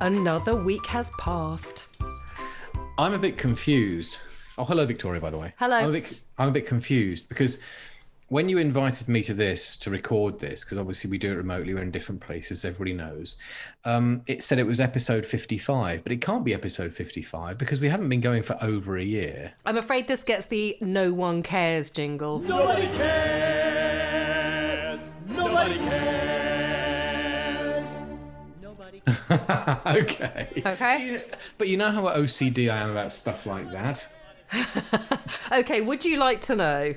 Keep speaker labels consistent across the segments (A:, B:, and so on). A: Another week has passed.
B: I'm a bit confused. Oh, hello, Victoria, by the way.
A: Hello.
B: I'm a bit, I'm a bit confused because when you invited me to this to record this, because obviously we do it remotely, we're in different places, everybody knows. Um, it said it was episode 55, but it can't be episode 55 because we haven't been going for over a year.
A: I'm afraid this gets the no one cares jingle.
C: Nobody cares. Nobody cares.
B: okay.
A: Okay.
B: You- but you know how OCD I am about stuff like that.
A: Okay, would you like to know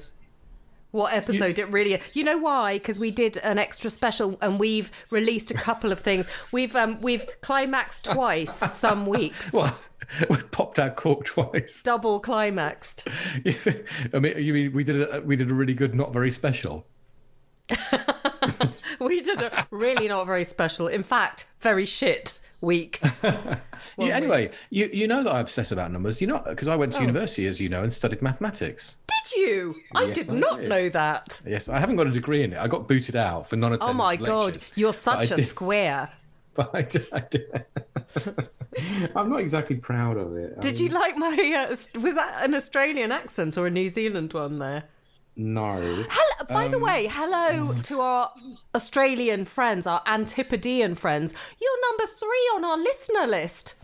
A: what episode it really You know why? Because we did an extra special and we've released a couple of things. We've um we've climaxed twice some weeks.
B: Well, we popped our cork twice.
A: Double climaxed.
B: I mean, you mean we did a, we did a really good, not very special.
A: We did a really not very special. In fact, very shit week.
B: Yeah, anyway, you, you know that I obsess about numbers. You know, because I went
A: Oh.
B: to university, as you know, and studied mathematics.
A: Did you? I
B: Yes,
A: did
B: I
A: not
B: did.
A: know that.
B: Yes, I haven't got a degree in it. I got booted out for
A: Oh
B: non-attendance.
A: my god,
B: lectures.
A: you're
B: But I
A: such a
B: did-
A: square.
B: But I did, I did. I'm not exactly proud of it.
A: Did you like my? Uh, s- was that an Australian accent or a New Zealand one there?
B: No.
A: Hel- By
B: Um,
A: the way, hello to our Australian friends, our Antipodean friends. You're number three on our listener list.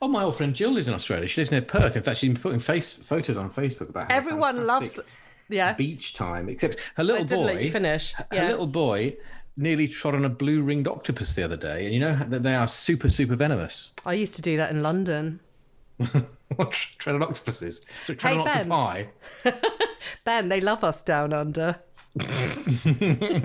B: Oh, my old friend Jill lives in Australia. She lives near Perth. In fact, she's been putting face photos on Facebook about how
A: Everyone
B: fantastic
A: loves. Yeah,
B: beach time. Except her
A: I
B: little
A: didn't
B: boy.
A: let you finish.
B: Her
A: Yeah.
B: little boy nearly trod on a blue ringed octopus the other day, and you know that they are super, super venomous.
A: I used to do that in London.
B: What tread on octopuses? So tread
A: Hey,
B: on
A: Ben.
B: octopi.
A: Ben, they love us down under.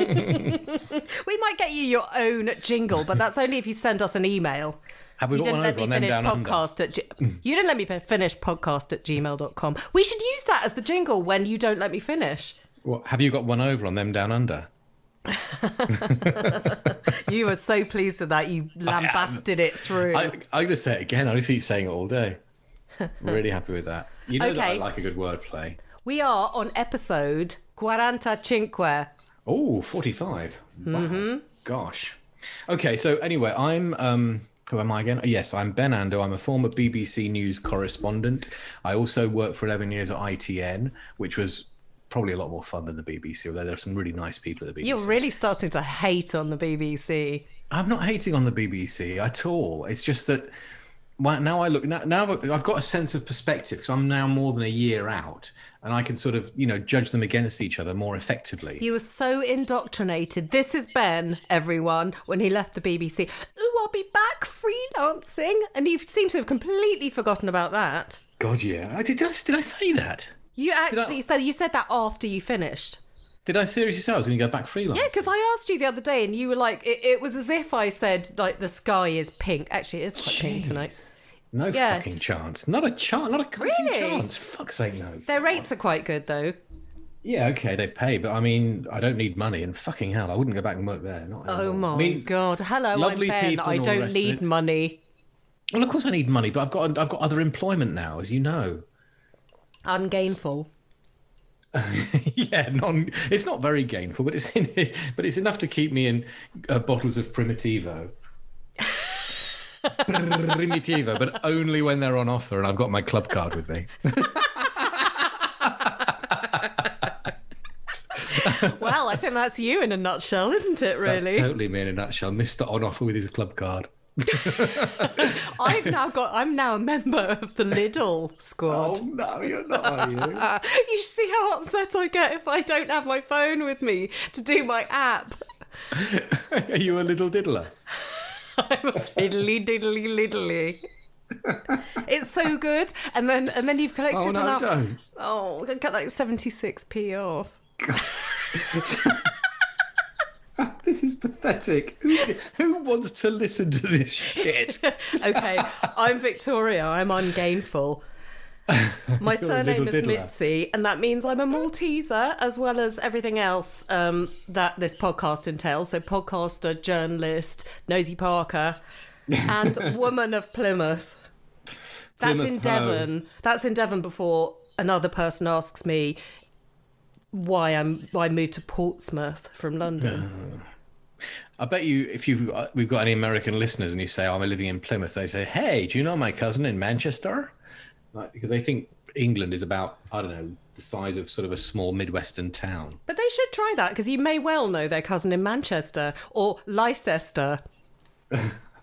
A: we might get you your own jingle, but that's only if you send us an email.
B: Have we
A: You
B: got
A: didn't
B: one
A: let
B: over
A: me
B: on them
A: finish
B: down under?
A: podcast at g- you didn't let me p- finish podcast at gmail.com. We should use that as the jingle when you don't let me finish.
B: What, have you got one over on them down under?
A: You were so pleased with that. You lambasted it through.
B: I, I'm going to say it again. I don't keep saying it all day. really happy with that. You know that I
A: Okay.
B: like a good wordplay.
A: we are on episode 45.
B: Oh, 45. Wow.
A: Mm-hmm.
B: Gosh. Okay, so anyway, I'm um who am I again? Yes, I'm Ben Ando. I'm a former BBC News correspondent. I also worked for 11 years at ITN, which was probably a lot more fun than the BBC, although there are some really nice people at the BBC.
A: You're really starting to hate on the BBC.
B: I'm not hating on the BBC at all. It's just that well, now I look now, now I've got a sense of perspective because I'm now more than a year out, and I can sort of you know judge them against each other more effectively.
A: You were so indoctrinated. This is Ben, everyone, when he left the BBC. Ooh, I'll be back freelancing. And you seem to have completely forgotten about that.
B: God, yeah. I, did, I, did I say that?
A: You actually
B: I-
A: said you said that after you finished.
B: Did I seriously say I was going to go back freelance?
A: Yeah, because I asked you the other day and you were like, it, it was as if I said, like, the sky is pink. Actually, it is quite pink tonight.
B: No
A: Yeah.
B: fucking chance. Not a chance. Not a cutting
A: Really?
B: chance. Fuck's sake, no.
A: Their rates are quite good, though.
B: Yeah, okay, they pay, but I mean, I don't need money, and fucking hell, I wouldn't go back and work there. Not
A: Oh
B: anymore.
A: my
B: I mean,
A: god! Hello, I'm
B: lovely
A: Ben.
B: people
A: I
B: and all the
A: don't
B: rest of
A: need
B: it.
A: money.
B: Well, of course I need money, but I've got I've got other employment now, as you know.
A: Ungainful.
B: yeah, non. It's not very gainful, but it's in, but it's enough to keep me in uh, bottles of Primitivo. Primitivo, but only when they're on offer, and I've got my club card with me.
A: well, I think that's you in a nutshell, isn't it?
B: That's
A: Really,
B: totally me in a nutshell. Mister on offer with his club card.
A: I've now got. I'm now a member of the Lidl squad.
B: Oh, no, you're not. Are you?
A: You should see how upset I get if I don't have my phone with me to do my app.
B: Are you a little diddler?
A: I'm a fiddly diddly liddly. it's so good, and then and then you've collected
B: Oh no,
A: enough.
B: don't.
A: Oh, I got like seventy six p off.
B: This is pathetic. Who, who wants to listen to this shit?
A: Okay, I'm Victoria. I'm ungainful. My
B: a
A: surname
B: little
A: is
B: diddler.
A: Mitzi, and that means I'm a Malteser, as well as everything else um, that this podcast entails. So, podcaster, journalist, nosy Parker, and woman of Plymouth. That's in
B: Plymouth
A: Devon. That's in Devon. Before another person asks me why I'm why I moved to Portsmouth from London.
B: I bet you, if you uh, we've got any American listeners and you say, "I'm living in Plymouth," they say, "Hey, do you know my cousin in Manchester?" Like, because they think England is about I don't know the size of sort of a small midwestern town.
A: But they should try that because you may well know their cousin in Manchester or Leicester.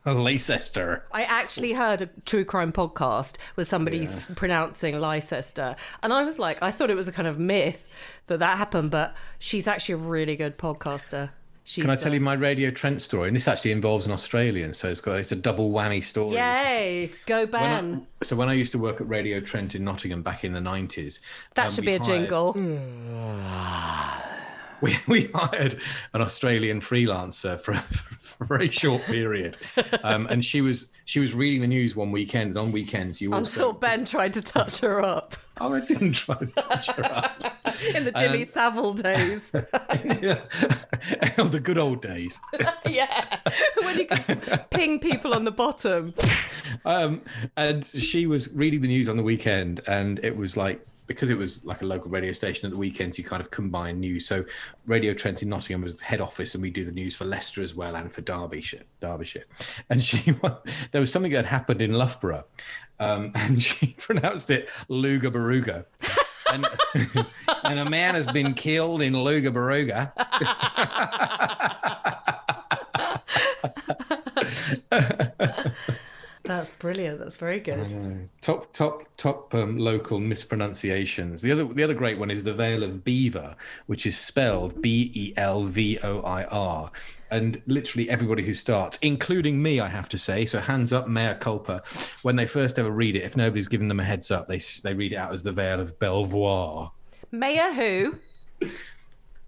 B: Leicester.
A: I actually heard a true crime podcast with somebody s pronouncing Leicester, and I was like, I thought it was a kind of myth that that happened, but she's actually a really good podcaster. She's,
B: Can I tell
A: uh,
B: you my Radio Trent story? And this actually involves an Australian, so it's got it's a double whammy story.
A: Yay, go
B: When I-
A: Ben!
B: so when I used to work at Radio Trent in Nottingham back in the nineties, um,
A: That should be a jingle.
B: Mm. we, we hired an Australian freelancer for, for, a very short period, um, and she was she was reading the news one weekend, and on weekends you also
A: Until Ben tried to touch her up
B: oh I didn't try to touch her up
A: in
B: Um,
A: the Jimmy Savile days.
B: oh, the good old days.
A: yeah, when you could ping people on the bottom.
B: Um, and she was reading the news on the weekend, and it was like because it was like a local radio station at the weekends, you kind of combine news. So Radio Trent in Nottingham was the head office, and we do the news for Leicester as well and for Derbyshire. Derbyshire, and she there was something that happened in Loughborough, um, and she pronounced it Luga Baruga. And, and a man has been killed in Luga Baruga.
A: That's brilliant. That's very good.
B: Top, top, top um, local mispronunciations. The other, the other great one is the Vale of Beaver, which is spelled B E L V O I R, and literally everybody who starts, including me, I have to say. So hands up, mea culpa. When they first ever read it, if nobody's given them a heads up, they s- they read it out as the Vale of Belvoir.
A: Mayor who?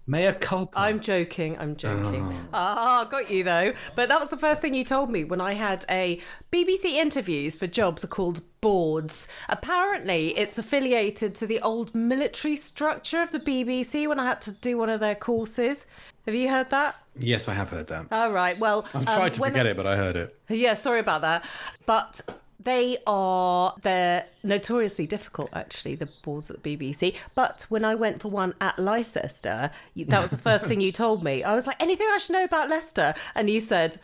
B: Mea culpa.
A: I'm joking. I'm joking.
B: Oh.
A: Ah, got you though. But that was the first thing you told me when I had a BBC interviews for jobs are called boards. Apparently, it's affiliated to the old military structure of the BBC when I had to do one of their courses. Have you heard that?
B: yes, I have heard that.
A: All right. Well, um,
B: I've tried to forget it, but I heard it.
A: Yeah, sorry about that. But they are they're notoriously difficult actually the boards at the BBC but when I went for one at Leicester you, that was the first thing you told me I was like anything I should know about Leicester and you said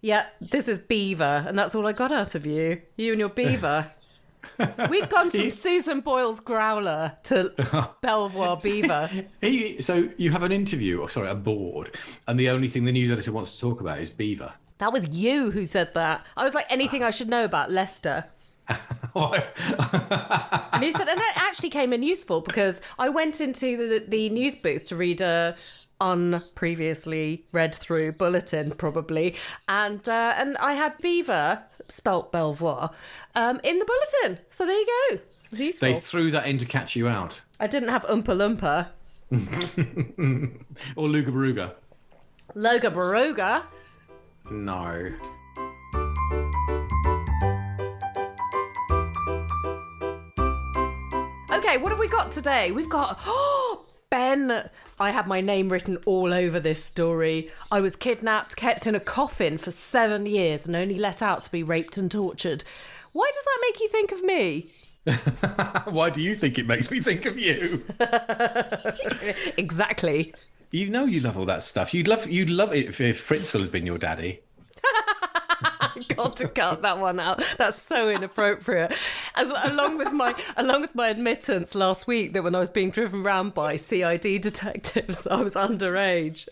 A: yeah this is Beaver and that's all I got out of you you and your Beaver we've gone from Susan Boyle's Growler to Belvoir Beaver
B: He, so you have an interview, or sorry, a board, and the only thing the news editor wants to talk about is beaver.
A: that was you who said that I was like anything I should know about Leicester And he said, and that actually came in useful because I went into the, the news booth to read a unpreviously read through bulletin, probably, and uh, and I had Beaver spelt Belvoir um, in the bulletin. So there you go. It's useful.
B: They threw that in to catch you out.
A: I didn't have Oompa Loompa.
B: Or Luga Baruga.
A: Loga Baroga.
B: No.
A: Okay, what have we got today? We've got oh, Ben. I had my name written all over this story. I was kidnapped, kept in a coffin for seven years, and only let out to be raped and tortured. Why does that make you think of me?
B: Why do you think it makes me think of you?
A: Exactly.
B: You know you love all that stuff. You'd love you'd love it if, if Fritzl had been your daddy.
A: Got to cut that one out. That's so inappropriate. As along with my along with my admittance last week that when I was being driven round by CID detectives, I was underage.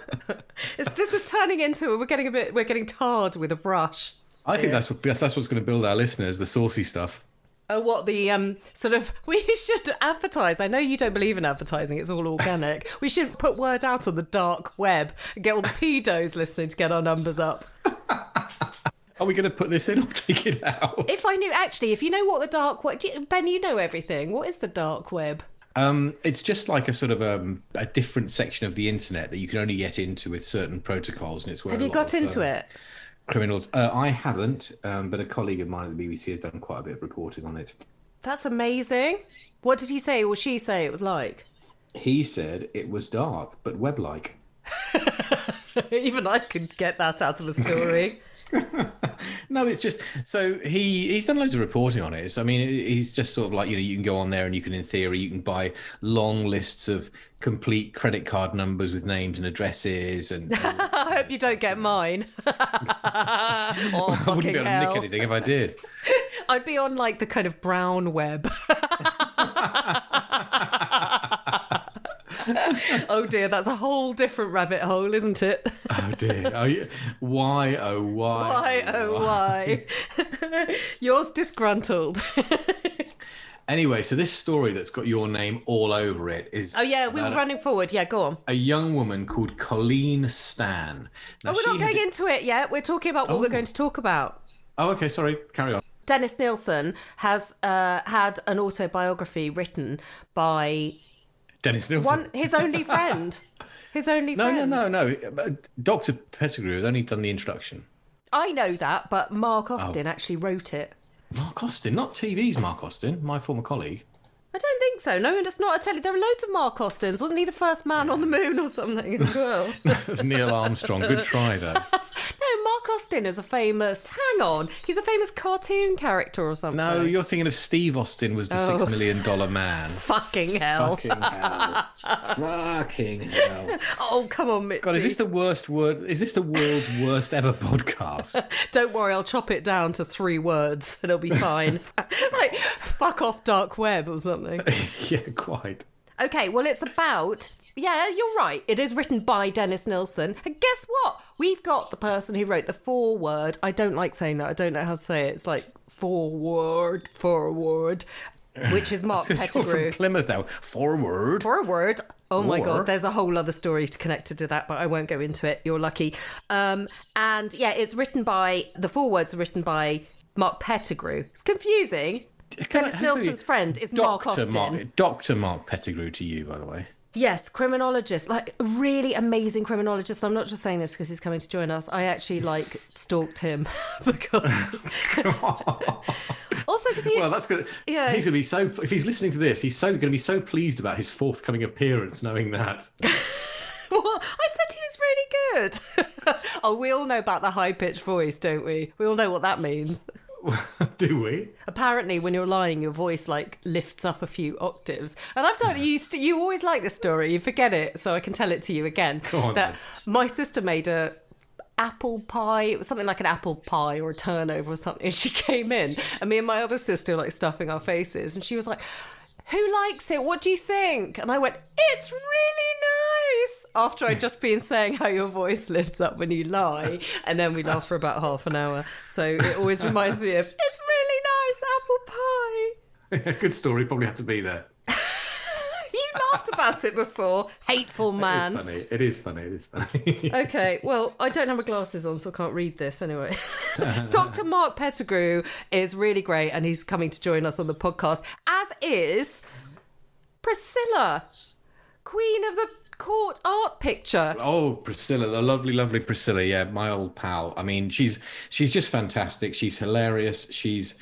A: It's, this is turning into we're getting a bit we're getting tarred with a brush.
B: I think that's what that's what's going to build our listeners, the saucy stuff.
A: Oh, what the um sort of we should advertise. I know you don't believe in advertising; it's all organic. we should put word out on the dark web and get all the pedos listening to get our numbers up.
B: Are we going to put this in or take it out?
A: If I knew, actually, if you know what the dark web, do you, Ben, you know everything. What is the dark web?
B: Um, it's just like a sort of um, a different section of the internet that you can only get into with certain protocols, and it's where
A: Have
B: a
A: you
B: lot
A: got
B: of,
A: into
B: um,
A: it?
B: Criminals. Uh, I haven't, um, but a colleague of mine at the BBC has done quite a bit of reporting on it.
A: That's amazing. What did he say or she say it was like?
B: He said it was dark but web-like.
A: Even I could get that out of a story.
B: No, it's just so he he's done loads of reporting on it. So, I mean, he's just sort of like you know you can go on there and you can in theory you can buy long lists of complete credit card numbers with names and addresses and. and
A: I hope you don't get mine. oh,
B: I wouldn't be
A: fucking
B: able to
A: hell.
B: nick anything if I did.
A: I'd be on like the kind of brown web. oh dear, that's a whole different rabbit hole, isn't it?
B: Oh dear! Oh, yeah. Why? Oh why?
A: Why, oh, why? Yours disgruntled.
B: Anyway, so this story that's got your name all over it is.
A: oh, yeah, we were running forward. Yeah, go on.
B: a young woman called Colleen Stan. Now,
A: Oh, We're
B: she
A: not
B: had-
A: going into it yet. We're talking about what we're going to talk about.
B: Oh, okay. Sorry. Carry on.
A: Dennis Nielsen has uh, had an autobiography written by
B: Dennis Nielsen.
A: one his only friend. His only
B: no,
A: friend.
B: no, no, no. But Dr. Pettigrew has only done the introduction.
A: I know that, but Mark
B: Oh.
A: Austin actually wrote it.
B: Mark Austin, not TV's Mark Austin, my former colleague.
A: I don't think so. No, and it's not a telly. There are loads of Mark Austins. Wasn't he the first man on the moon or something as well?
B: That's Neil Armstrong. Good try, though.
A: no, Mark Austin is a famous. Hang on, he's a famous cartoon character or something.
B: No, you're thinking of Steve Austin was the
A: Oh.
B: six million dollar man.
A: Fucking hell!
B: Fucking hell. Fucking hell.
A: Oh come on, Mitzi.
B: God, is this the worst word? Is this the world's worst ever podcast?
A: Don't worry, I'll chop it down to three words and it'll be fine. like fuck off, dark web or something.
B: yeah, quite.
A: Okay, well, it's about. Yeah, you're right. It is written by Dennis Nilsson. And guess what? We've got the person who wrote the foreword. I don't like saying that. I don't know how to say it. It's like forward, forward, which is Mark
B: You're
A: Pettigrew.
B: from Plymouth now. Forward.
A: Forward. Oh my
B: War.
A: god, there's a whole other story to- connected to that, but I won't go into it. You're lucky. Um, and yeah, it's written by the forewords are written by Mark Pettigrew. It's confusing.
B: Can I-
A: Dennis
B: has to be
A: Nilsson's friend is Mark
B: Doctor
A: Austin.
B: Mark, Doctor Mark Pettigrew to you, by the way.
A: Yes, criminologist, like a really amazing criminologist. I'm not just saying this because he's coming to join us. I actually like stalked him because also because he
B: Well, that's good.
A: Yeah.
B: he's gonna be so. If he's listening to this, he's so gonna be so pleased about his forthcoming appearance, knowing that.
A: Well, I said he was really good. oh, we all know about the high pitched voice, don't we? We all know what that means.
B: Do we?
A: Apparently, when you're lying, your voice like lifts up a few octaves. And I've done you. St- you always like this story. You forget it, so I can tell it to you again.
B: on,
A: that
B: then.
A: my sister made a apple pie. It was something like an apple pie or a turnover or something. And she came in, and me and my other sister were, like stuffing our faces, and she was like. Who likes it? What do you think? And I went, It's really nice. After I'd just been saying how your voice lifts up when you lie. And then we laughed for about half an hour. So it always reminds me of, It's really nice apple pie.
B: good story. Probably had to be there.
A: You laughed about it before. Hateful
B: It's
A: man.
B: funny. It is funny. It is funny.
A: Okay, well, I don't have my glasses on, so I can't read this anyway. Dr. Mark Pettigrew is really great, and he's coming to join us on the podcast, as is Priscilla, Queen of the Court art picture.
B: Oh, Priscilla, the lovely, lovely Priscilla. Yeah, my old pal. I mean, she's she's just fantastic. She's hilarious. She's,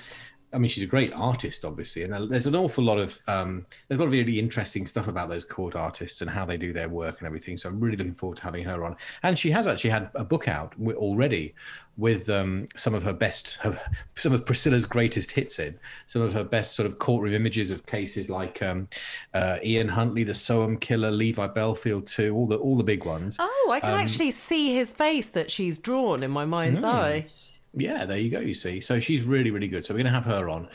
B: I mean, she's a great artist, obviously. And there's an awful lot of um, there's a lot of really interesting stuff about those court artists and how they do their work and everything. So I'm really looking forward to having her on. And she has actually had a book out wi- already with um, some of her best, her, some of Priscilla's greatest hits in some of her best sort of courtroom images of cases like um, uh, Ian Huntley, the Soham killer, Levi Belfield, too, all the all the big ones.
A: Oh, I can actually see his face that she's drawn in my mind's eye.
B: Yeah, there you go. You see, so she's really, really good. So we're going to have her on,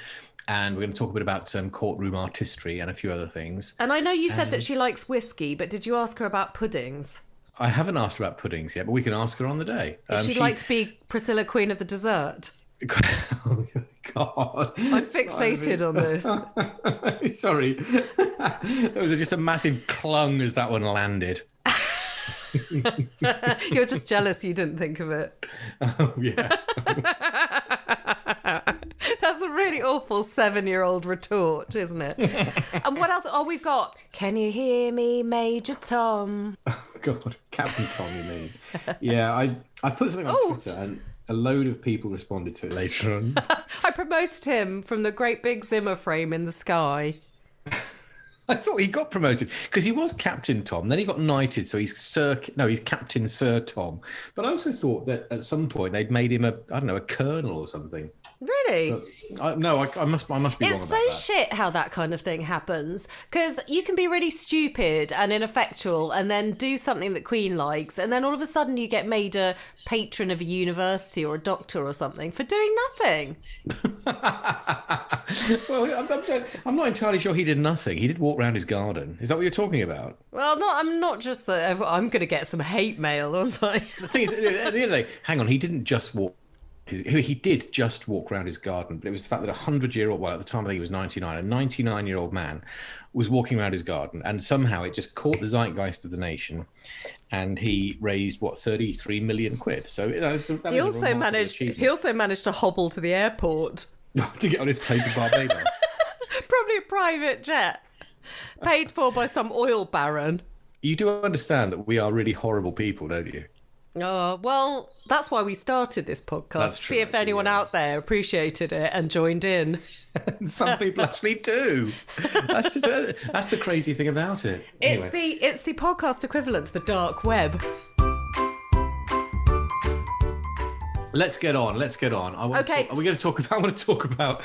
B: and we're going to talk a bit about um, courtroom artistry and a few other things.
A: And I know you said that she likes whiskey, but did you ask her about puddings?
B: I haven't asked her about puddings yet, but we can ask her on the day. Um,
A: She'd like to be Priscilla, Queen of the Dessert.
B: God,
A: I'm fixated on this.
B: sorry. that was just a massive clung as that one landed.
A: You're just jealous you didn't think of it.
B: Oh yeah.
A: That's a really awful seven year old retort, isn't it? and what else? Oh, we've got Can You Hear Me, Major Tom?
B: God, Captain Tom, you mean? Yeah, I I put something on
A: Oh.
B: Twitter and a load of people responded to it later on.
A: I promoted him from the great big Zimmer frame in the sky.
B: I thought he got promoted because he was Captain Tom. Then he got knighted, so he's Sir. No, he's Captain Sir Tom. But I also thought that at some point they'd made him a I don't know a colonel or something.
A: Really?
B: I, no, I, I must I must be wrong
A: It's
B: about
A: so
B: that.
A: shit how that kind of thing happens because you can be really stupid and ineffectual and then do something that Queen likes, and then all of a sudden you get made a patron of a university or a doctor or something for doing nothing.
B: well, I'm, I'm, I'm not entirely sure he did nothing. He did walk around his garden. Is that what you're talking about?
A: Well, no, I'm not just that I'm going to get some hate mail, aren't I?
B: The thing is, at the end of the day, hang on, he didn't just walk. His, he he did just walk around his garden, but it was the fact that a hundred-year-old, well, at the time I think he was ninety-nine, a ninety-nine-year-old man was walking around his garden, and somehow it just caught the zeitgeist of the nation, and he raised what thirty-three million quid. So you know, that's- that
A: He
B: was a
A: also
B: remarkable
A: managed. He
B: achievement.
A: also managed to hobble to the airport,
B: to get on his plane to Barbados.
A: probably a private jet, paid for by some oil baron.
B: you do understand that we are really horrible people, don't you?
A: Oh, well, that's why we started this podcast.
B: That's
A: See
B: true,
A: if anyone
B: yeah.
A: out there appreciated it and joined in.
B: Some people actually do. That's just that's the crazy thing about it.
A: It's the it's the podcast equivalent to the dark web.
B: let's get on. Let's get on. I want
A: Okay.
B: To talk, are we going to talk about? I want to talk about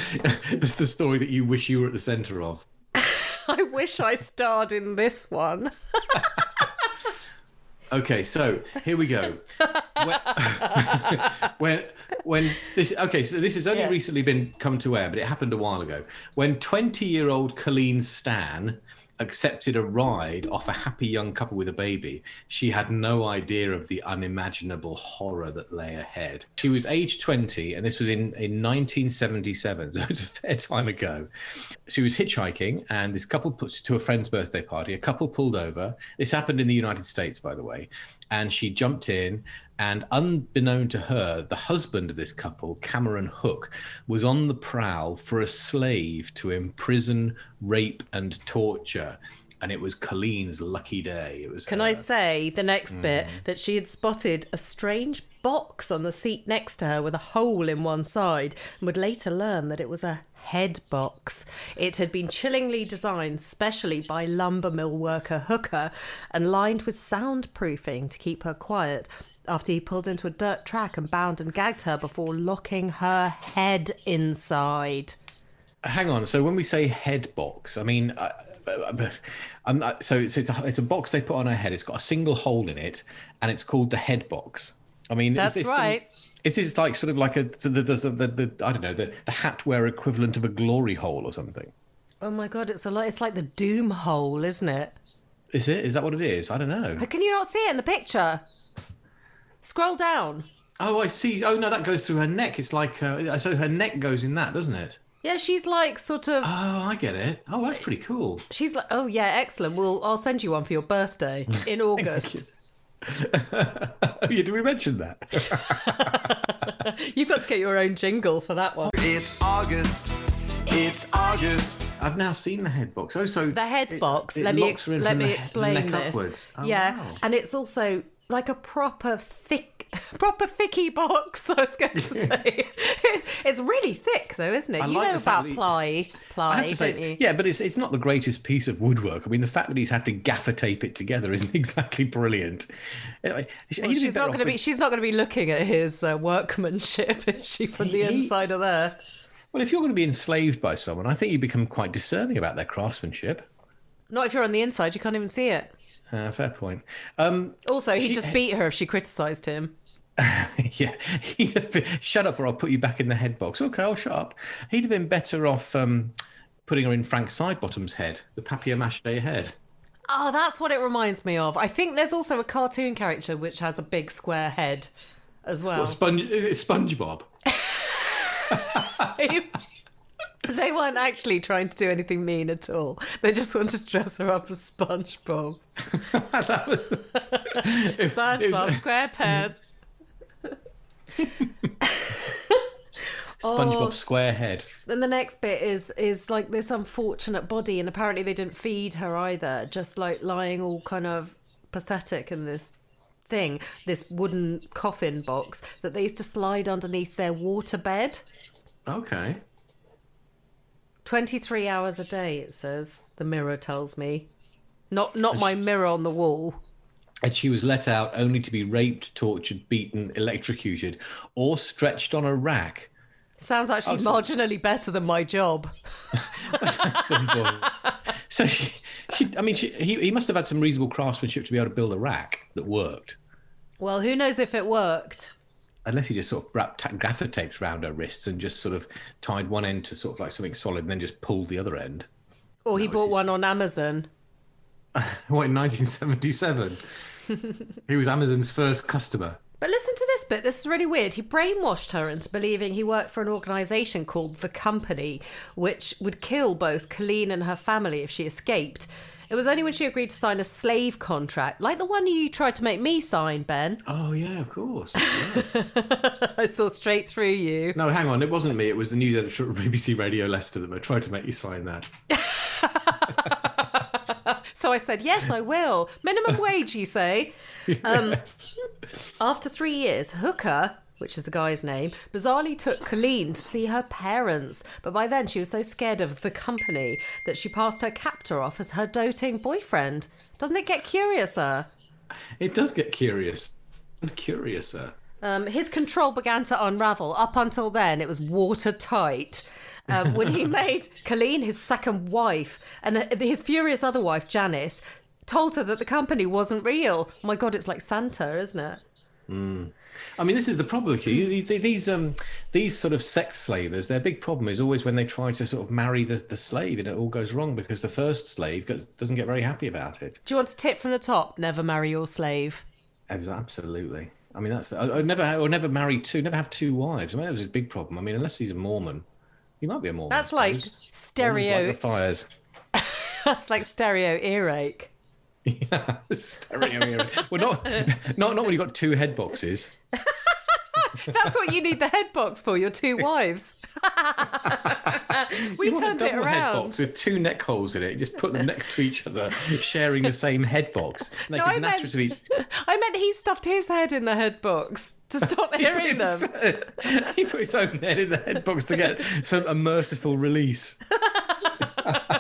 B: this. The story that you wish you were at the centre of.
A: I wish I starred in this one.
B: Okay, so here we go. when, when when this okay, so this has only
A: Yeah.
B: recently been come to air, but it happened a while ago. When 20-year-old Colleen Stan accepted a ride off a happy young couple with a baby, she had no idea of the unimaginable horror that lay ahead. She was age 20 and this was in in 1977, so it's a fair time ago. She was hitchhiking and this couple put to a friend's birthday party, a couple pulled over. This happened in the United States by the way and she jumped in and unbeknown to her the husband of this couple cameron hook was on the prowl for a slave to imprison rape and torture and it was colleen's lucky day it was uh,
A: Can
B: her.
A: I say the next bit that she had spotted a strange box on the seat next to her with a hole in one side and would later learn that it was a head box. It had been chillingly designed specially by lumber mill worker Hooker and lined with soundproofing to keep her quiet after he pulled into a dirt track and bound and gagged her before locking her head inside.
B: hang on so when we say head box i mean uh, I, I, I'm not- uh, so it's, it's, a, it's a box they put on her head it's got a single hole in it and it's called the head box i mean
A: That's
B: is this some-
A: right.
B: is this like sort of like a so the, the, the, the, the i don't know the, the hat wear equivalent of a glory hole or something
A: Oh my god, it's a lot it's like the doom hole, isn't it?
B: Is it? Is that what it is? I don't know.
A: But can you not see it in the picture? Scroll down.
B: Oh, I see. Oh no, that goes through her neck. It's like uh, so her neck goes in that, doesn't it?
A: Yeah, she's like sort of.
B: Oh, I get it. Oh, that's pretty cool.
A: She's like, oh yeah, excellent. Well, I'll send you one for your birthday in August.
B: Oh, yeah, did we mention that?
A: You've got to get your own jingle for that one.
C: It's August. It's August.
B: I've now seen the head box. Oh, so
A: The head
B: it-
A: box.
B: it
A: let me
B: locks
A: ex-
B: her in
A: let
B: from
A: me
B: the he- the
A: explain
B: neck
A: this.
B: upwards. Oh,
A: yeah,
B: wow.
A: and it's also like a proper thick, proper thicky box. I was going to say, it's really thick though, isn't it?
B: I
A: you
B: like
A: know
B: the fact
A: about
B: that he-
A: ply,
B: I
A: ply,
B: have to
A: don't
B: say,
A: you?
B: yeah, but it's it's not the greatest piece of woodwork. I mean, the fact that he's had to gaffer tape it together isn't exactly brilliant. Anyway, he'd been
A: She's
B: better
A: not
B: off
A: going to
B: with-
A: be. She's not going to be looking at his uh, workmanship, is she? From the
B: He-
A: inside of there.
B: Well, if you're going to be enslaved by someone, I think you become quite discerning about their craftsmanship.
A: Not if you're on the inside. You can't even see it.
B: Uh, fair point. Um,
A: Also, he just beat her if she criticised him.
B: Yeah, he'd have been, shut up or I'll put you back in the head box. Okay, I'll shut up. He'd have been better off um, putting her in Frank Sidebottom's head, the papier-mâché head.
A: Oh, that's what it reminds me of. I think there's also a cartoon character which has a big square head as well.
B: Sponge, is it SpongeBob?
A: they weren't actually trying to do anything mean at all. They just wanted to dress her up as SpongeBob. SpongeBob SquarePants.
B: SpongeBob Squarehead.
A: Then the next bit is is like this unfortunate body, and apparently they didn't feed her either. Just like lying all kind of pathetic in this thing, this wooden coffin box that they used to slide underneath their water bed.
B: Okay.
A: 23 hours a day, it says, the mirror tells me. Not not my mirror on the wall.
B: and she was let out only to be raped, tortured, beaten, electrocuted, or stretched on a rack.
A: Sounds actually
B: so-
A: marginally better than my job.
B: So she, she I mean, she, he, he must have had some reasonable craftsmanship to be able to build a rack that worked,
A: Well, who knows if it worked?
B: unless he just sort of wrapped ta- gaffer tapes round her wrists and just sort of tied one end to sort of like something solid and then just pulled the other end.
A: Or he
B: That was
A: bought
B: his-
A: one on Amazon.
B: What, in 1977? he was Amazon's first customer.
A: But listen to this bit. This is really weird. He brainwashed her into believing he worked for an organisation called The Company, which would kill both Colleen and her family if she escaped. It was only when she agreed to sign a slave contract, like the one you tried to make me sign, Ben.
B: Oh, yeah, of course. yes.
A: I saw straight through you.
B: no, hang on. It wasn't me. It was the news editor at BBC Radio Leicester that tried to make you sign that.
A: So I said, Yes, I will. Minimum wage, you say? After three years, Hooker, which is the guy's name, bizarrely took Colleen to see her parents. But by then, she was so scared of the company that she passed her captor off as her doting boyfriend. Doesn't it get curiouser?
B: It does get curious. And curiouser.
A: Um, his control began to unravel. Up until then, it was watertight. Um, when he made Colleen his second wife, and uh, his furious other wife, Janice, told her that the company wasn't real. My God, it's like Santa, isn't it?
B: I mean, this is the problem. Q. These um, these sort of sex slavers, their big problem is always when they try to sort of marry the, the slave, and it all goes wrong because the first slave goes, doesn't get very happy about it.
A: Do you want a tip from the top? Never marry your slave.
B: It was absolutely. I mean, that's. I, I'd never. ha- I'd never marry two. Never have two wives. I mean, that was his big problem. I mean, unless he's a Mormon, he might be a Mormon.
A: That's
B: I
A: like
B: suppose. Mormons
A: stereo.
B: Like the fires.
A: that's like stereo earache.
B: Yeah, stereo. era. well, not not not when you've got two head boxes.
A: That's what you need the head box for. Your two wives. we
B: You want a
A: turned it
B: double head
A: around.
B: box with two neck holes in it. You just put them next to each other, sharing the same head box. And they
A: No,
B: could
A: I meant-
B: naturally.
A: I meant he stuffed his head in the head box to stop hearing them.
B: he put his own head in the head box to get some a merciful release.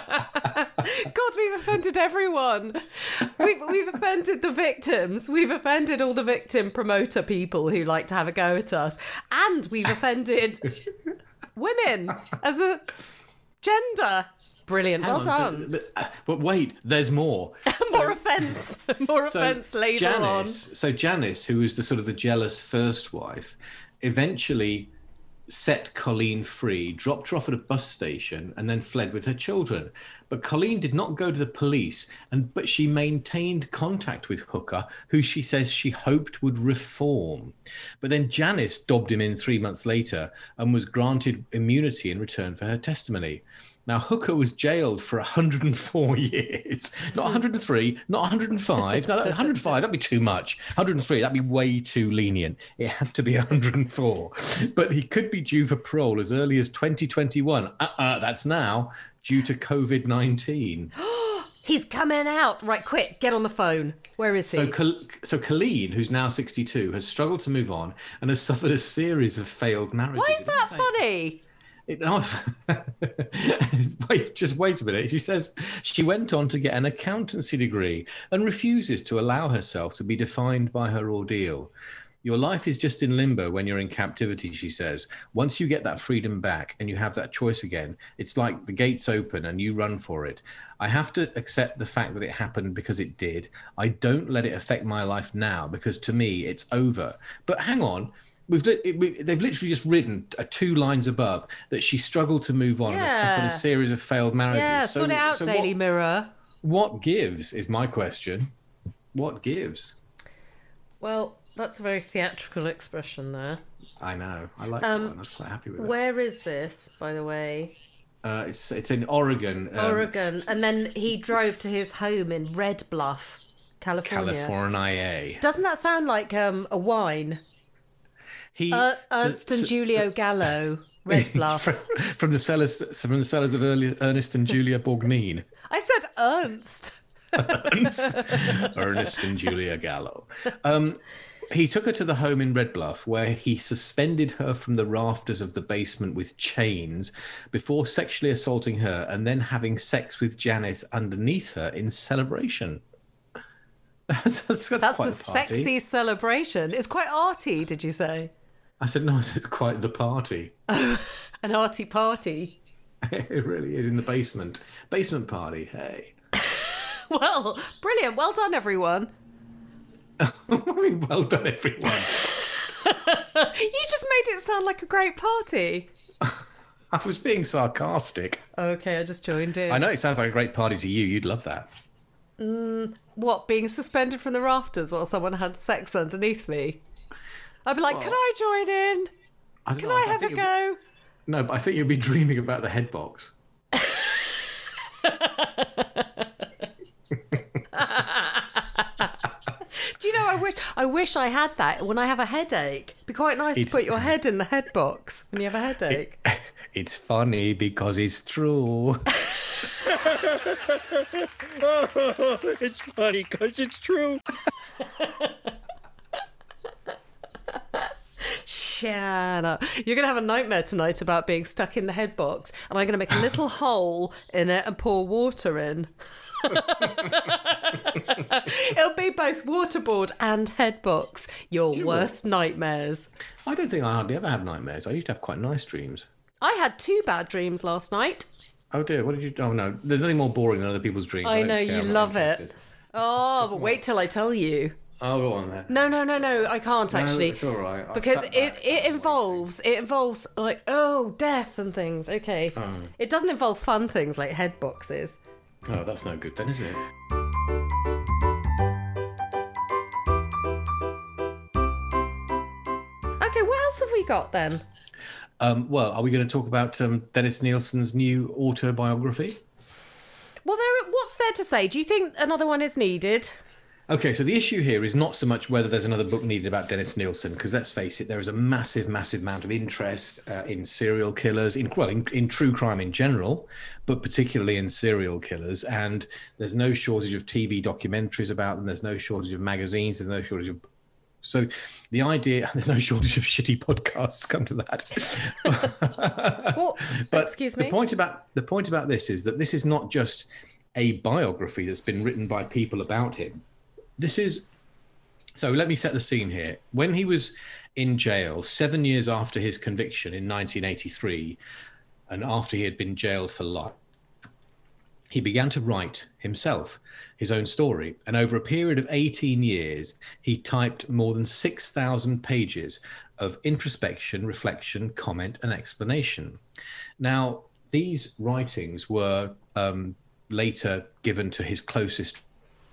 A: God, we've offended everyone. We've we've offended the victims. We've offended all the victim promoter people who like to have a go at us, and we've offended women as a gender. Brilliant. well
B: Hang on, so-
A: done.
B: but, uh, but wait, there's more.
A: more offence. More offence later
B: Janice, So Janice, who was the sort of the jealous first wife, eventually set Colleen free, dropped her off at a bus station, and then fled with her children. But Colleen did not go to the police, and but she maintained contact with Hooker, who she says she hoped would reform. But then Janice dobbed him in three months later and was granted immunity in return for her testimony. Now, Hooker was jailed for 104 years. Not 103, not 105. No, that- 105, that'd be too much. 103, that'd be way too lenient. It had to be 104. But he could be due for parole as early as 2021. Uh uh, that's now due to COVID 19.
A: on. He's coming out. Right, quick, get on the phone. Where is
B: So,
A: he?
B: Col- so Colleen, who's now 62, has struggled to move on and has suffered a series of failed marriages.
A: Why is
B: It
A: that
B: doesn't say-
A: funny?
B: It, no, wait, just wait a minute. She says she went on to get an accountancy degree and refuses to allow herself to be defined by her ordeal. Your life is just in limbo when you're in captivity, she says. Once you get that freedom back and you have that choice again, it's like the gates open and you run for it. I have to accept the fact that it happened because it did. I don't let it affect my life now because to me it's over. But hang on, We've li- it- we, they've literally just written uh, two lines above that she struggled to move on and has suffered
A: Yeah.
B: a series of failed marriages.
A: Yeah,
B: So-
A: sort it out,
B: so
A: Daily
B: What,
A: Mirror.
B: what gives is my question. What gives?
A: Well, that's a very theatrical expression there.
B: I know. I like
A: Um,
B: that one. I was quite happy with it.
A: Where is this, by the way?
B: Uh, it's it's in Oregon, um,
A: Oregon. And then he drove to his home in Red Bluff, California.
B: California.
A: Doesn't that sound like um, a wine?
B: He
A: Uh,
B: so-
A: Ernst and
B: so-
A: Julio Gallo, Red Bluff.
B: from, from the cellars from the cellars of early, Ernest and Julia Borgnine.
A: I said Ernst.
B: Ernest, Ernest and Julia Gallo. Um, he took her to the home in Red Bluff, where he suspended her from the rafters of the basement with chains before sexually assaulting her and then having sex with Janet underneath her in celebration. That's, that's, that's
A: That's
B: quite
A: a
B: the party.
A: sexy celebration. It's quite arty, did you say?
B: I said, no, it's quite the party.
A: An arty party.
B: it really is in the basement. Basement party, hey.
A: Well, brilliant. Well done, everyone.
B: I mean, well done, everyone.
A: You just made it sound like a great party.
B: I was being sarcastic.
A: Okay, I just joined in.
B: I know it sounds like a great party to you. You'd love that.
A: What, being suspended from the rafters while someone had sex underneath me? I'd be like, can I join in?
B: I don't
A: Can
B: know,
A: I have
B: think
A: a
B: you'd-
A: go?
B: No, but I think you'd be dreaming about the head box.
A: Do you know, I wish I wish I had that when I have a headache. It'd be quite nice
B: It's-
A: to put your head in the head box when you have a headache.
B: It's funny because it's true.
D: it's funny because it's true.
A: Shut up. You're going to have a nightmare tonight about being stuck in the head box, and I'm going to make a little hole in it and pour water in. It'll be both waterboard and head box. Your worst nightmares.
B: I don't think I hardly ever have nightmares. I used to have quite nice dreams.
A: I had two bad dreams last night.
B: Oh dear, what did you? Oh no, there's nothing more boring than other people's dreams.
A: I
B: don't
A: know,
B: care,
A: you
B: I'm not
A: love it.
B: interested.
A: Oh, but wait till I tell you.
B: Oh, go on then.
A: No, no, no, no. I can't actually.
B: it's all right. I've
A: because
B: sat
A: it
B: back
A: it
B: and
A: involves it involves like oh death and things. Okay,
B: Um.
A: it doesn't involve fun things like head boxes.
B: wasted. Oh, that's no good then, is it?
A: Okay, what else have we got then?
B: Um, well, are we going to talk about um, Dennis Nielsen's new autobiography?
A: Well, there. What's there to say? Do you think another one is needed?
B: Okay, so the issue here is not so much whether there's another book needed about Dennis Nielsen, because let's face it, there is a massive, massive amount of interest uh, in serial killers, in well, in, in true crime in general, but particularly in serial killers. And there's no shortage of TV documentaries about them. There's no shortage of magazines. There's no shortage of so the idea there's no shortage of shitty podcasts. Come to that.
A: What?
B: But
A: excuse
B: the
A: me.
B: point about the point about this is that this is not just a biography that's been written by people about him. This is so let me set the scene here. When he was in jail 7 years after his conviction in 1983 and after he had been jailed for life he began to write himself his own story and over a period of 18 years he typed more than 6000 pages of introspection reflection comment and explanation now these writings were um, later given to his closest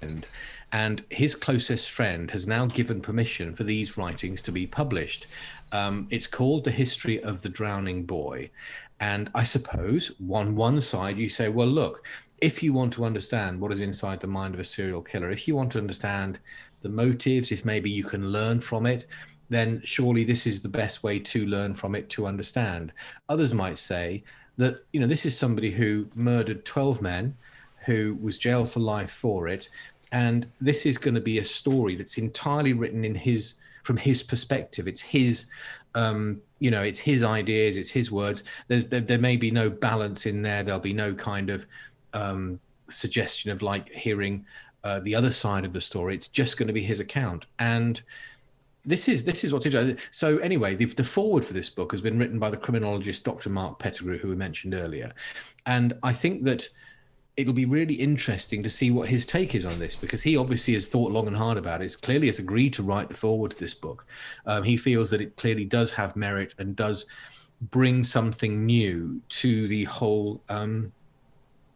B: friend and his closest friend has now given permission for these writings to be published um, it's called the history of the drowning boy and I suppose on one side, you say, well, look, if you want to understand what is inside the mind of a serial killer, if you want to understand the motives, if maybe you can learn from it, then surely this is the best way to learn from it to understand. Others might say that, you know, this is somebody who murdered 12 men, who was jailed for life for it. And this is going to be a story that's entirely written in his from his perspective. It's his, um, you know, it's his ideas, it's his words. There's, there, there may be no balance in there. There'll be no kind of um, suggestion of like hearing uh, the other side of the story. It's just going to be his account. And this is this is what's interesting. So anyway, the, the forward for this book has been written by the criminologist Dr. Mark Pettigrew, who we mentioned earlier, and I think that it'll be really interesting to see what his take is on this because he obviously has thought long and hard about it. It's clearly has agreed to write the forward to this book. Um, he feels that it clearly does have merit and does bring something new to the whole. Um,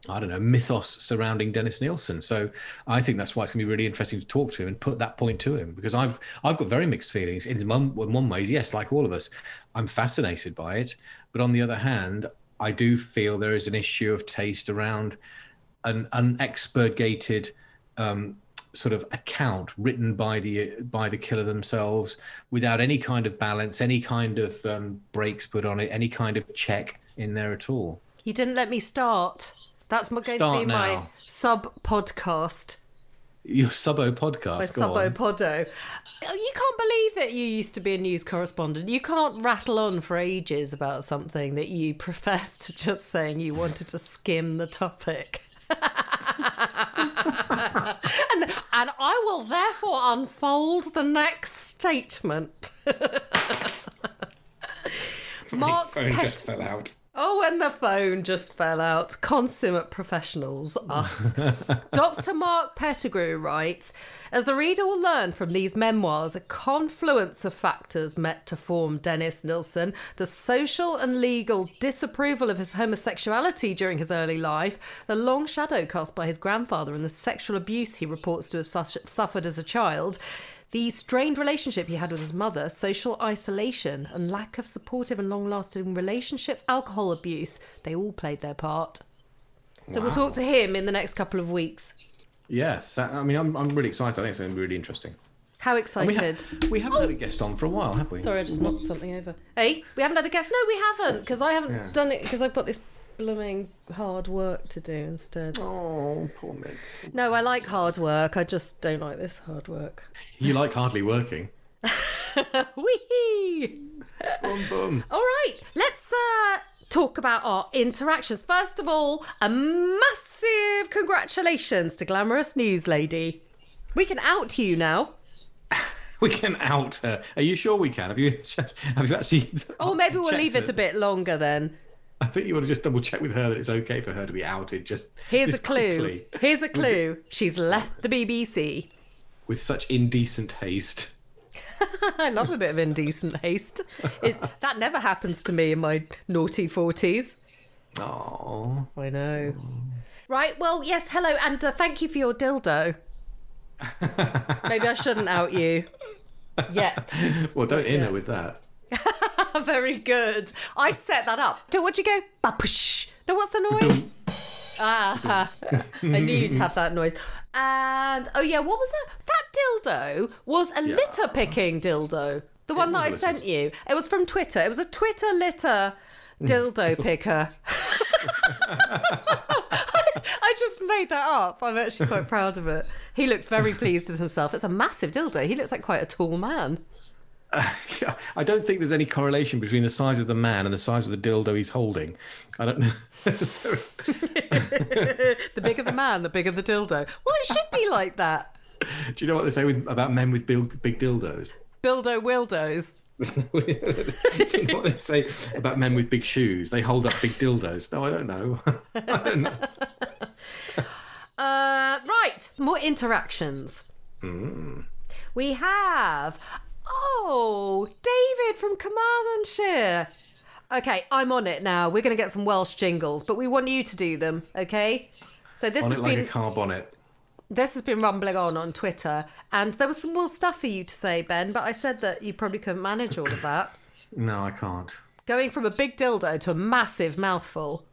B: I don't know mythos surrounding Dennis Nielsen. So I think that's why it's going to be really interesting to talk to him and put that point to him because I've I've got very mixed feelings. In one, in one ways, yes, like all of us, I'm fascinated by it, but on the other hand, I do feel there is an issue of taste around an unexpurgated um, sort of account written by the by the killer themselves without any kind of balance, any kind of um, breaks put on it, any kind of check in there at all.
A: You didn't let me start. That's my, going to
B: Start
A: be my
B: now.
A: sub podcast.
B: Your Subo podcast.
A: by
B: go
A: Subbo
B: on.
A: Poddo. Oh, You can't believe that you used to be a news correspondent. You can't rattle on for ages about something that you professed to just saying you wanted to skim the topic. and, and I will therefore unfold the next statement. Mark
B: phone
A: Pet-
B: just fell out.
A: Oh, and the phone just fell out. Consummate professionals, us. Dr. Mark Pettigrew writes As the reader will learn from these memoirs, a confluence of factors met to form Dennis Nilsson the social and legal disapproval of his homosexuality during his early life, the long shadow cast by his grandfather, and the sexual abuse he reports to have sus- suffered as a child. The strained relationship he had with his mother, social isolation, and lack of supportive and long lasting relationships, alcohol abuse, they all played their part. So we'll talk to him in the next couple of weeks.
B: Yes, I I mean, I'm, I'm really excited. I think it's going to be really interesting.
A: How
B: We,
A: excited.
B: ha- we haven't had a guest on for a while, have we?
A: Oh. Sorry, I just knocked something over. Hey, we haven't had a guest. No, we haven't, because I haven't done it, because I've got this blooming hard work to do instead.
B: Oh, poor Mix.
A: No, I like hard work. I just don't like this hard work.
B: You like hardly working.
A: Wee!
B: Boom, boom.
A: All right, let's uh, talk about our interactions. First of all, a massive congratulations to Glamorous News Lady. We can out you now.
B: We can out her. Are you sure we can? Have you have you actually?
A: Or Oh, maybe we'll
B: checked
A: leave it a bit longer then.
B: I think you want to just double check with her that it's okay for her to be outed. Just
A: Here's
B: this
A: a clue.
B: quickly,
A: Here's a clue. She's left the BBC.
B: with such indecent haste.
A: I love a bit of indecent haste. It, that never happens to me in my naughty 40s.
B: Oh,
A: I know. Right, well, yes, hello, and uh, thank you for your dildo. Maybe I shouldn't out you yet.
B: well, don't in her with that.
A: Very good. I set that up. So what'd you go? Bapush. No, what's the noise? ah, I knew you'd have that noise. And oh yeah, what was that? That dildo was a litter picking dildo. The one that I
B: was litter.
A: sent you. It was from Twitter. It was a Twitter litter dildo picker. I just made that up. I'm actually quite proud of it. He looks very pleased with himself. It's a massive dildo. He looks like quite a tall man.
B: I don't think there's any correlation between the size of the man and the size of the dildo he's holding. I don't know necessarily.
A: The bigger the man, the bigger the dildo. Well, it should be like that.
B: Do you know what they say with, about men with big, big dildos?
A: Bildo wildos.
B: you know what they say about men with big shoes? They hold up big dildos. No, I don't know. I don't know.
A: Uh, right, more interactions.
B: Hmm.
A: We have, oh, David from Carmarthenshire. Okay, I'm on it now. We're going to get some Welsh jingles, but we want you to do them, okay? So this
B: On
A: has
B: it like
A: been
B: a car bonnet.
A: this has been rumbling on on Twitter, and there was some more stuff for you to say, Ben. But I said that you probably couldn't manage all of that.
B: No, I can't.
A: Going from a big dildo to a massive mouthful.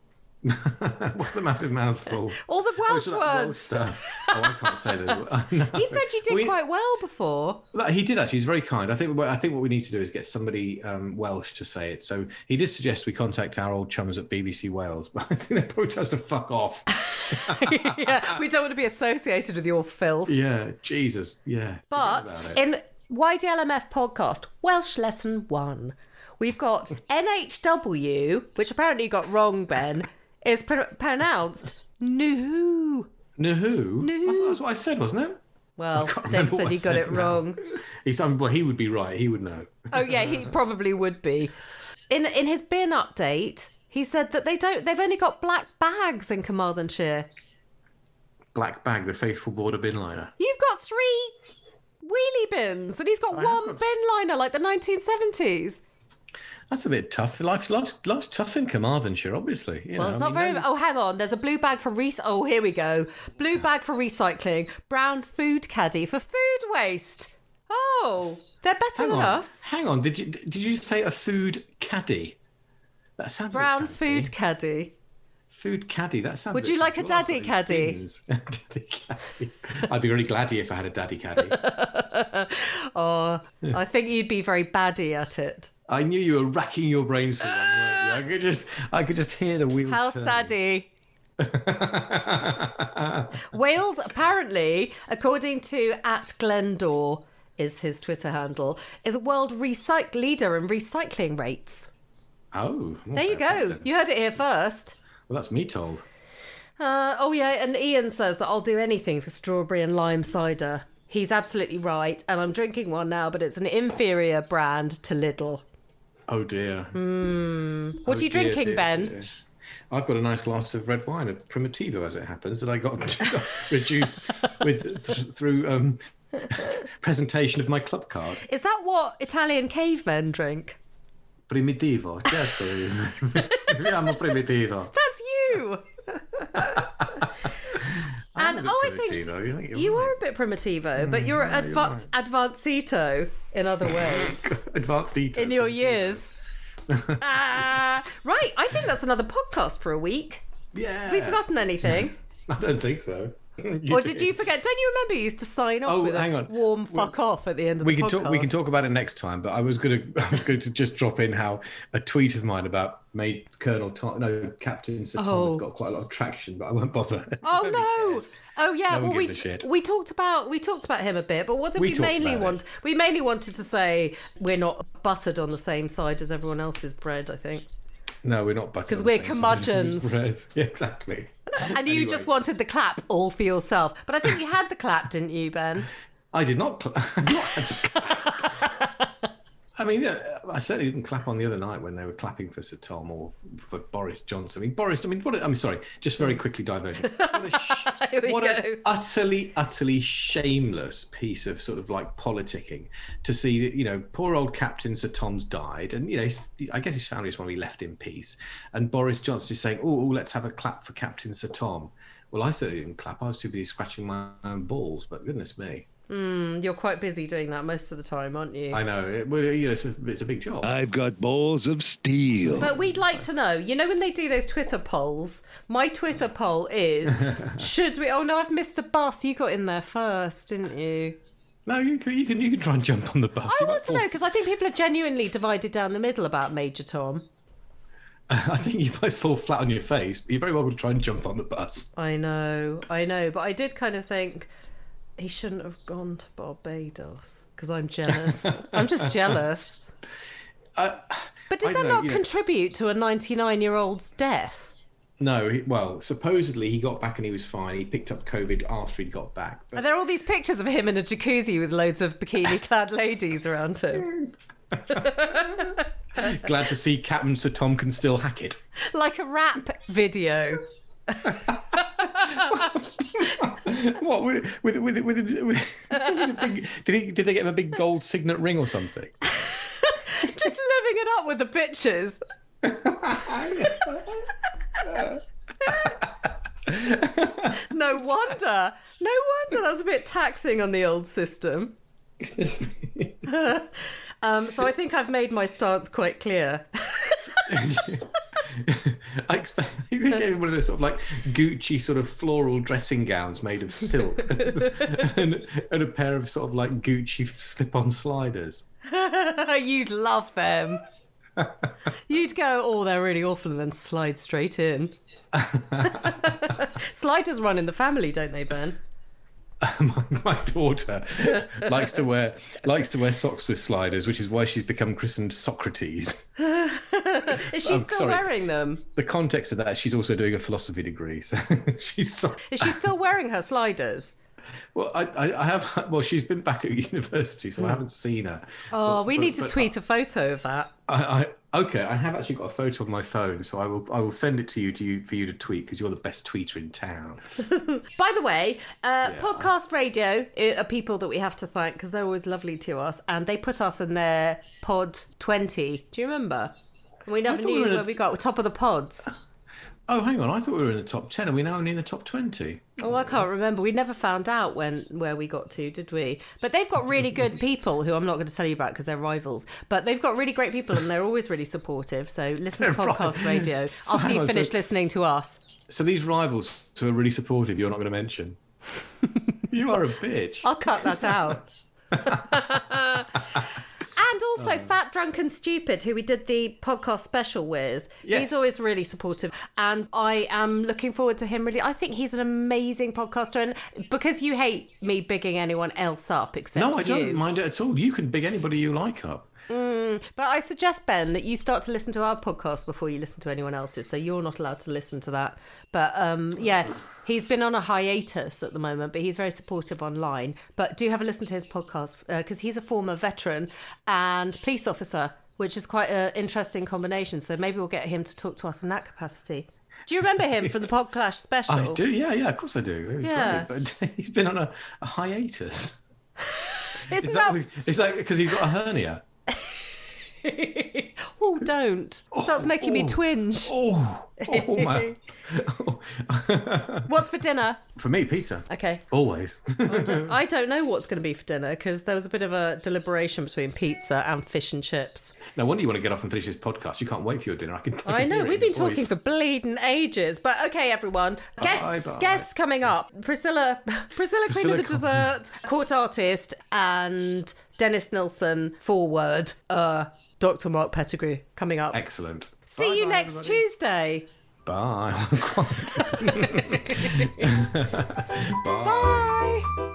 B: What's the massive mouthful?
A: All the Welsh
B: Oh, So that Welsh
A: words.
B: stuff. Oh, I can't say that.
A: He said you did
B: We-
A: quite well before.
B: Well, He did actually. He's very kind. I think. what- I think what we need to do is get somebody um, Welsh to say it. So he did suggest we contact our old chums at BBC Wales, but I think they probably tell us to fuck off.
A: yeah, we don't want to be associated with your filth.
B: yeah, Jesus. Yeah. Forget
A: but
B: about it.
A: in YDLMF podcast, Welsh lesson one, we've got NHW, which apparently you got wrong, Ben, is pr- pronounced Nuhu.
B: no who? I thought that's what I said, wasn't it?
A: Well,
B: can't
A: Dave
B: remember
A: said
B: what
A: he
B: I
A: got
B: said
A: it
B: now.
A: wrong.
B: He's. um, well, he would be right. He would know.
A: Oh yeah, he probably would be. In in his bin update, he said that they don't. They've only got black bags in Carmarthenshire.
B: Black bag, the faithful border bin liner.
A: You've got three wheelie bins, and he's got
B: have
A: one
B: got-
A: bin liner like the 1970s.
B: That's a bit tough. Life's life's, life's tough in Carmarthenshire, obviously. You
A: Well,
B: know,
A: it's
B: I
A: not very.
B: mean, no-
A: Oh, hang on. There's a blue bag for re. Oh, here we go. Blue bag for recycling. Brown food caddy for food waste. Oh, they're better
B: Hang
A: than
B: on.
A: us.
B: Hang on. Did you did you say a food caddy? That sounds a bit
A: Brown
B: fancy.
A: food caddy.
B: Food caddy. That sounds.
A: Would
B: bit
A: you like
B: fancy.
A: a
B: Well, I've
A: daddy
B: got these
A: caddy?
B: bins. daddy caddy. I'd be very gladdy if I had a daddy caddy.
A: I think you'd be very baddy at it.
B: I knew you were racking your brains for one. weren't you? I could just, I could just hear the wheels.
A: How
B: turning.
A: saddy. Wales apparently, according to at Glendore, is his Twitter handle, is a world recyc leader in recycling rates.
B: Oh,
A: There you go. You heard it here first.
B: Well, that's me told.
A: Uh, oh yeah, and Ian says that I'll do anything for strawberry and lime cider. He's absolutely right, and I'm drinking one now, but it's an inferior brand to Lidl.
B: Oh dear.
A: Hmm. What
B: Oh,
A: are you
B: dear,
A: drinking,
B: dear,
A: Ben?
B: dear. I've got a nice glass of red wine, a Primitivo, as it happens, that I got reduced with th- through um, presentation of my club card.
A: Is that what Italian cavemen drink?
B: Primitivo, certo. Mi chiamo Primitivo.
A: That's you. and
B: I'm a bit Mm,
A: oh, I think
B: Primitivo, you, think you're
A: you
B: right.
A: are a bit primitivo, but you're adva- advancito in other ways
B: advanced eater.
A: in your years. Ah, right, I think that's another podcast for a week.
B: Yeah.
A: Have we forgotten anything?
B: I don't think so. You
A: Or did you forget? Don't you remember you used to sign off
B: Oh,
A: with
B: hang
A: a
B: on.
A: warm fuck off at the end of
B: We
A: the
B: can
A: podcast?
B: talk. We can talk about it next time. But I was gonna. I was going to just drop in how a tweet of mine about made Colonel Tom, no Captain Sir Tom had
A: Oh.
B: got quite a lot of traction, but I won't bother.
A: Oh
B: Nobody
A: no!
B: cares.
A: Oh yeah.
B: No one
A: well, we
B: gives a shit.
A: we talked about we talked about him a bit, but what did
B: We
A: we,
B: talked
A: mainly
B: about it.
A: want? We mainly wanted to say we're not buttered on the same side as everyone else's bread. I think,
B: No, we're not butter.
A: 'Cause we're curmudgeons.
B: yeah, exactly.
A: and you just wanted the clap all for yourself. But I think you had the clap, didn't you, Ben?
B: I did not. Cl- I mean, yeah, I certainly didn't clap on the other night when they were clapping for Sir Tom or for Boris Johnson. I mean, Boris. I mean, what? A, I'm sorry. Just very quickly diverging. What a sh-
A: Here we
B: what
A: go.
B: an utterly, utterly shameless piece of sort of like politicking to see that, you know, poor old Captain Sir Tom's died. And, you know, his, I guess his family just want to be left in peace. And Boris Johnson just saying, oh, oh, let's have a clap for Captain Sir Tom. Well, I certainly didn't clap. I was too busy scratching my own balls, but goodness me.
A: Um, You're quite busy doing that most of the time, aren't you?
B: I know. It, well, you know, it's a, it's a big job.
E: I've got balls of steel.
A: But we'd like to know. You know when they do those Twitter polls? My Twitter poll is: Should we? Oh no, I've missed the bus. You got in there first, didn't you?
B: no, you can, you can you can try and jump on the bus.
A: I
B: You
A: want
B: might
A: to know because I think people are genuinely divided down the middle about Major Tom.
B: fall- I think you might fall flat on your face, but you're very welcome to try and jump on the bus.
A: I know, I know, but I did kind of think he shouldn't have gone to Barbados because I'm jealous. I'm just jealous. but
B: I
A: did that
B: know,
A: not
B: you know-
A: contribute to a 99 year old's death?
B: No, he, well, supposedly he got back and he was fine. He picked up COVID after he'd got back.
A: Are
B: But
A: there all these pictures of him in a jacuzzi with loads of bikini clad ladies around him?
B: glad to see Captain Sir Tom can still hack it.
A: Like a rap video.
B: What with with with, with, with, with a big, did he did they get him a big gold signet ring or something?
A: Just living it up with the pictures. no wonder. No wonder that was a bit taxing on the old system. um, so I think I've made my stance quite clear.
B: I expect they gave him one of those sort of like Gucci sort of floral dressing gowns made of silk and, and a pair of sort of like Gucci slip-on sliders.
A: You'd love them. You'd go, oh, they're really awful, and then slide straight in. Sliders run in the family, don't they, Ben?
B: my, my daughter likes to wear likes to wear socks with sliders, which is why she's become christened Socrates.
A: Is she
B: Oh,
A: still
B: sorry.
A: wearing them?
B: The context of that is she's also doing a philosophy degree, so she's so,
A: Is she still wearing her sliders?
B: well. I, I, I have well, she's been back at university, so I haven't seen her.
A: Hmm. Oh,
B: But-
A: we
B: but-
A: need to
B: but uh,
A: tweet a photo of that.
B: I, I okay. I have actually got a photo on my phone, so I will I will send it to you to you for you to tweet because you're the best tweeter in town.
A: By the way, uh, podcast radio i- are people that we have to thank because they're always lovely to us, and they put us in their pod twenty. Do you remember? We never
B: thought we
A: knew
B: were in a-
A: where we got top of the pods.
B: Oh, hang on! I thought we were in the top ten, and we're now only in the top twenty.
A: Oh, I can't remember. We never found out when where we got to, did we? But they've got really good people who I'm not going to tell you about because they're rivals. But they've got really great people and they're always really supportive. So listen to
B: They're right.
A: podcast radio
B: So
A: after you
B: I said-
A: finish listening to us.
B: So these rivals who are really supportive, you're not going to mention. you are a bitch.
A: I'll cut that out. And
B: Oh.
A: also, Fat, Drunk, and Stupid, who we did the podcast special with,
B: Yes.
A: he's always really supportive. And I am looking forward to him really. I think he's an amazing podcaster. And because you hate me bigging anyone else up except
B: No, I don't
A: you,
B: mind it at all. You can big anybody you like up.
A: but I suggest, Ben, that you start to listen to our podcast before you listen to anyone else's. So you're not allowed to listen to that. But um, yeah, he's been on a hiatus at the moment, but he's very supportive online. But do have a listen to his podcast because he's a former veteran and police officer, which is quite an interesting combination. So maybe we'll get him to talk to us in that capacity. Do you remember him from the Podclash special?
B: I do, yeah, yeah, of course I do. It was
A: Yeah.
B: great. But he's been on a, a hiatus.
A: Isn't
B: Is
A: that-
B: that is that because he's got a hernia?
A: oh, don't. Starts making me
B: oh.
A: twinge.
B: Oh, oh my!
A: What's for dinner?
B: For me, pizza.
A: Okay.
B: Always.
A: I don't know what's going to be for dinner because there was a bit of a deliberation between pizza and fish and chips.
B: no wonder you want to get off and finish this podcast. You can't wait for your dinner. I can.
A: I know we've been talking for
B: for.
A: bleeding ages, but okay, everyone. Guests,
B: Bye-bye.
A: guests coming up: Priscilla, Priscilla, Queen of
B: Priscilla
A: the
B: Queen.
A: Dessert, Court Artist, and Dennis Nilsson. Forward, uh, Dr. Mark Pettigrew coming up.
B: Excellent.
A: See you next Tuesday.
B: Bye.
A: Bye.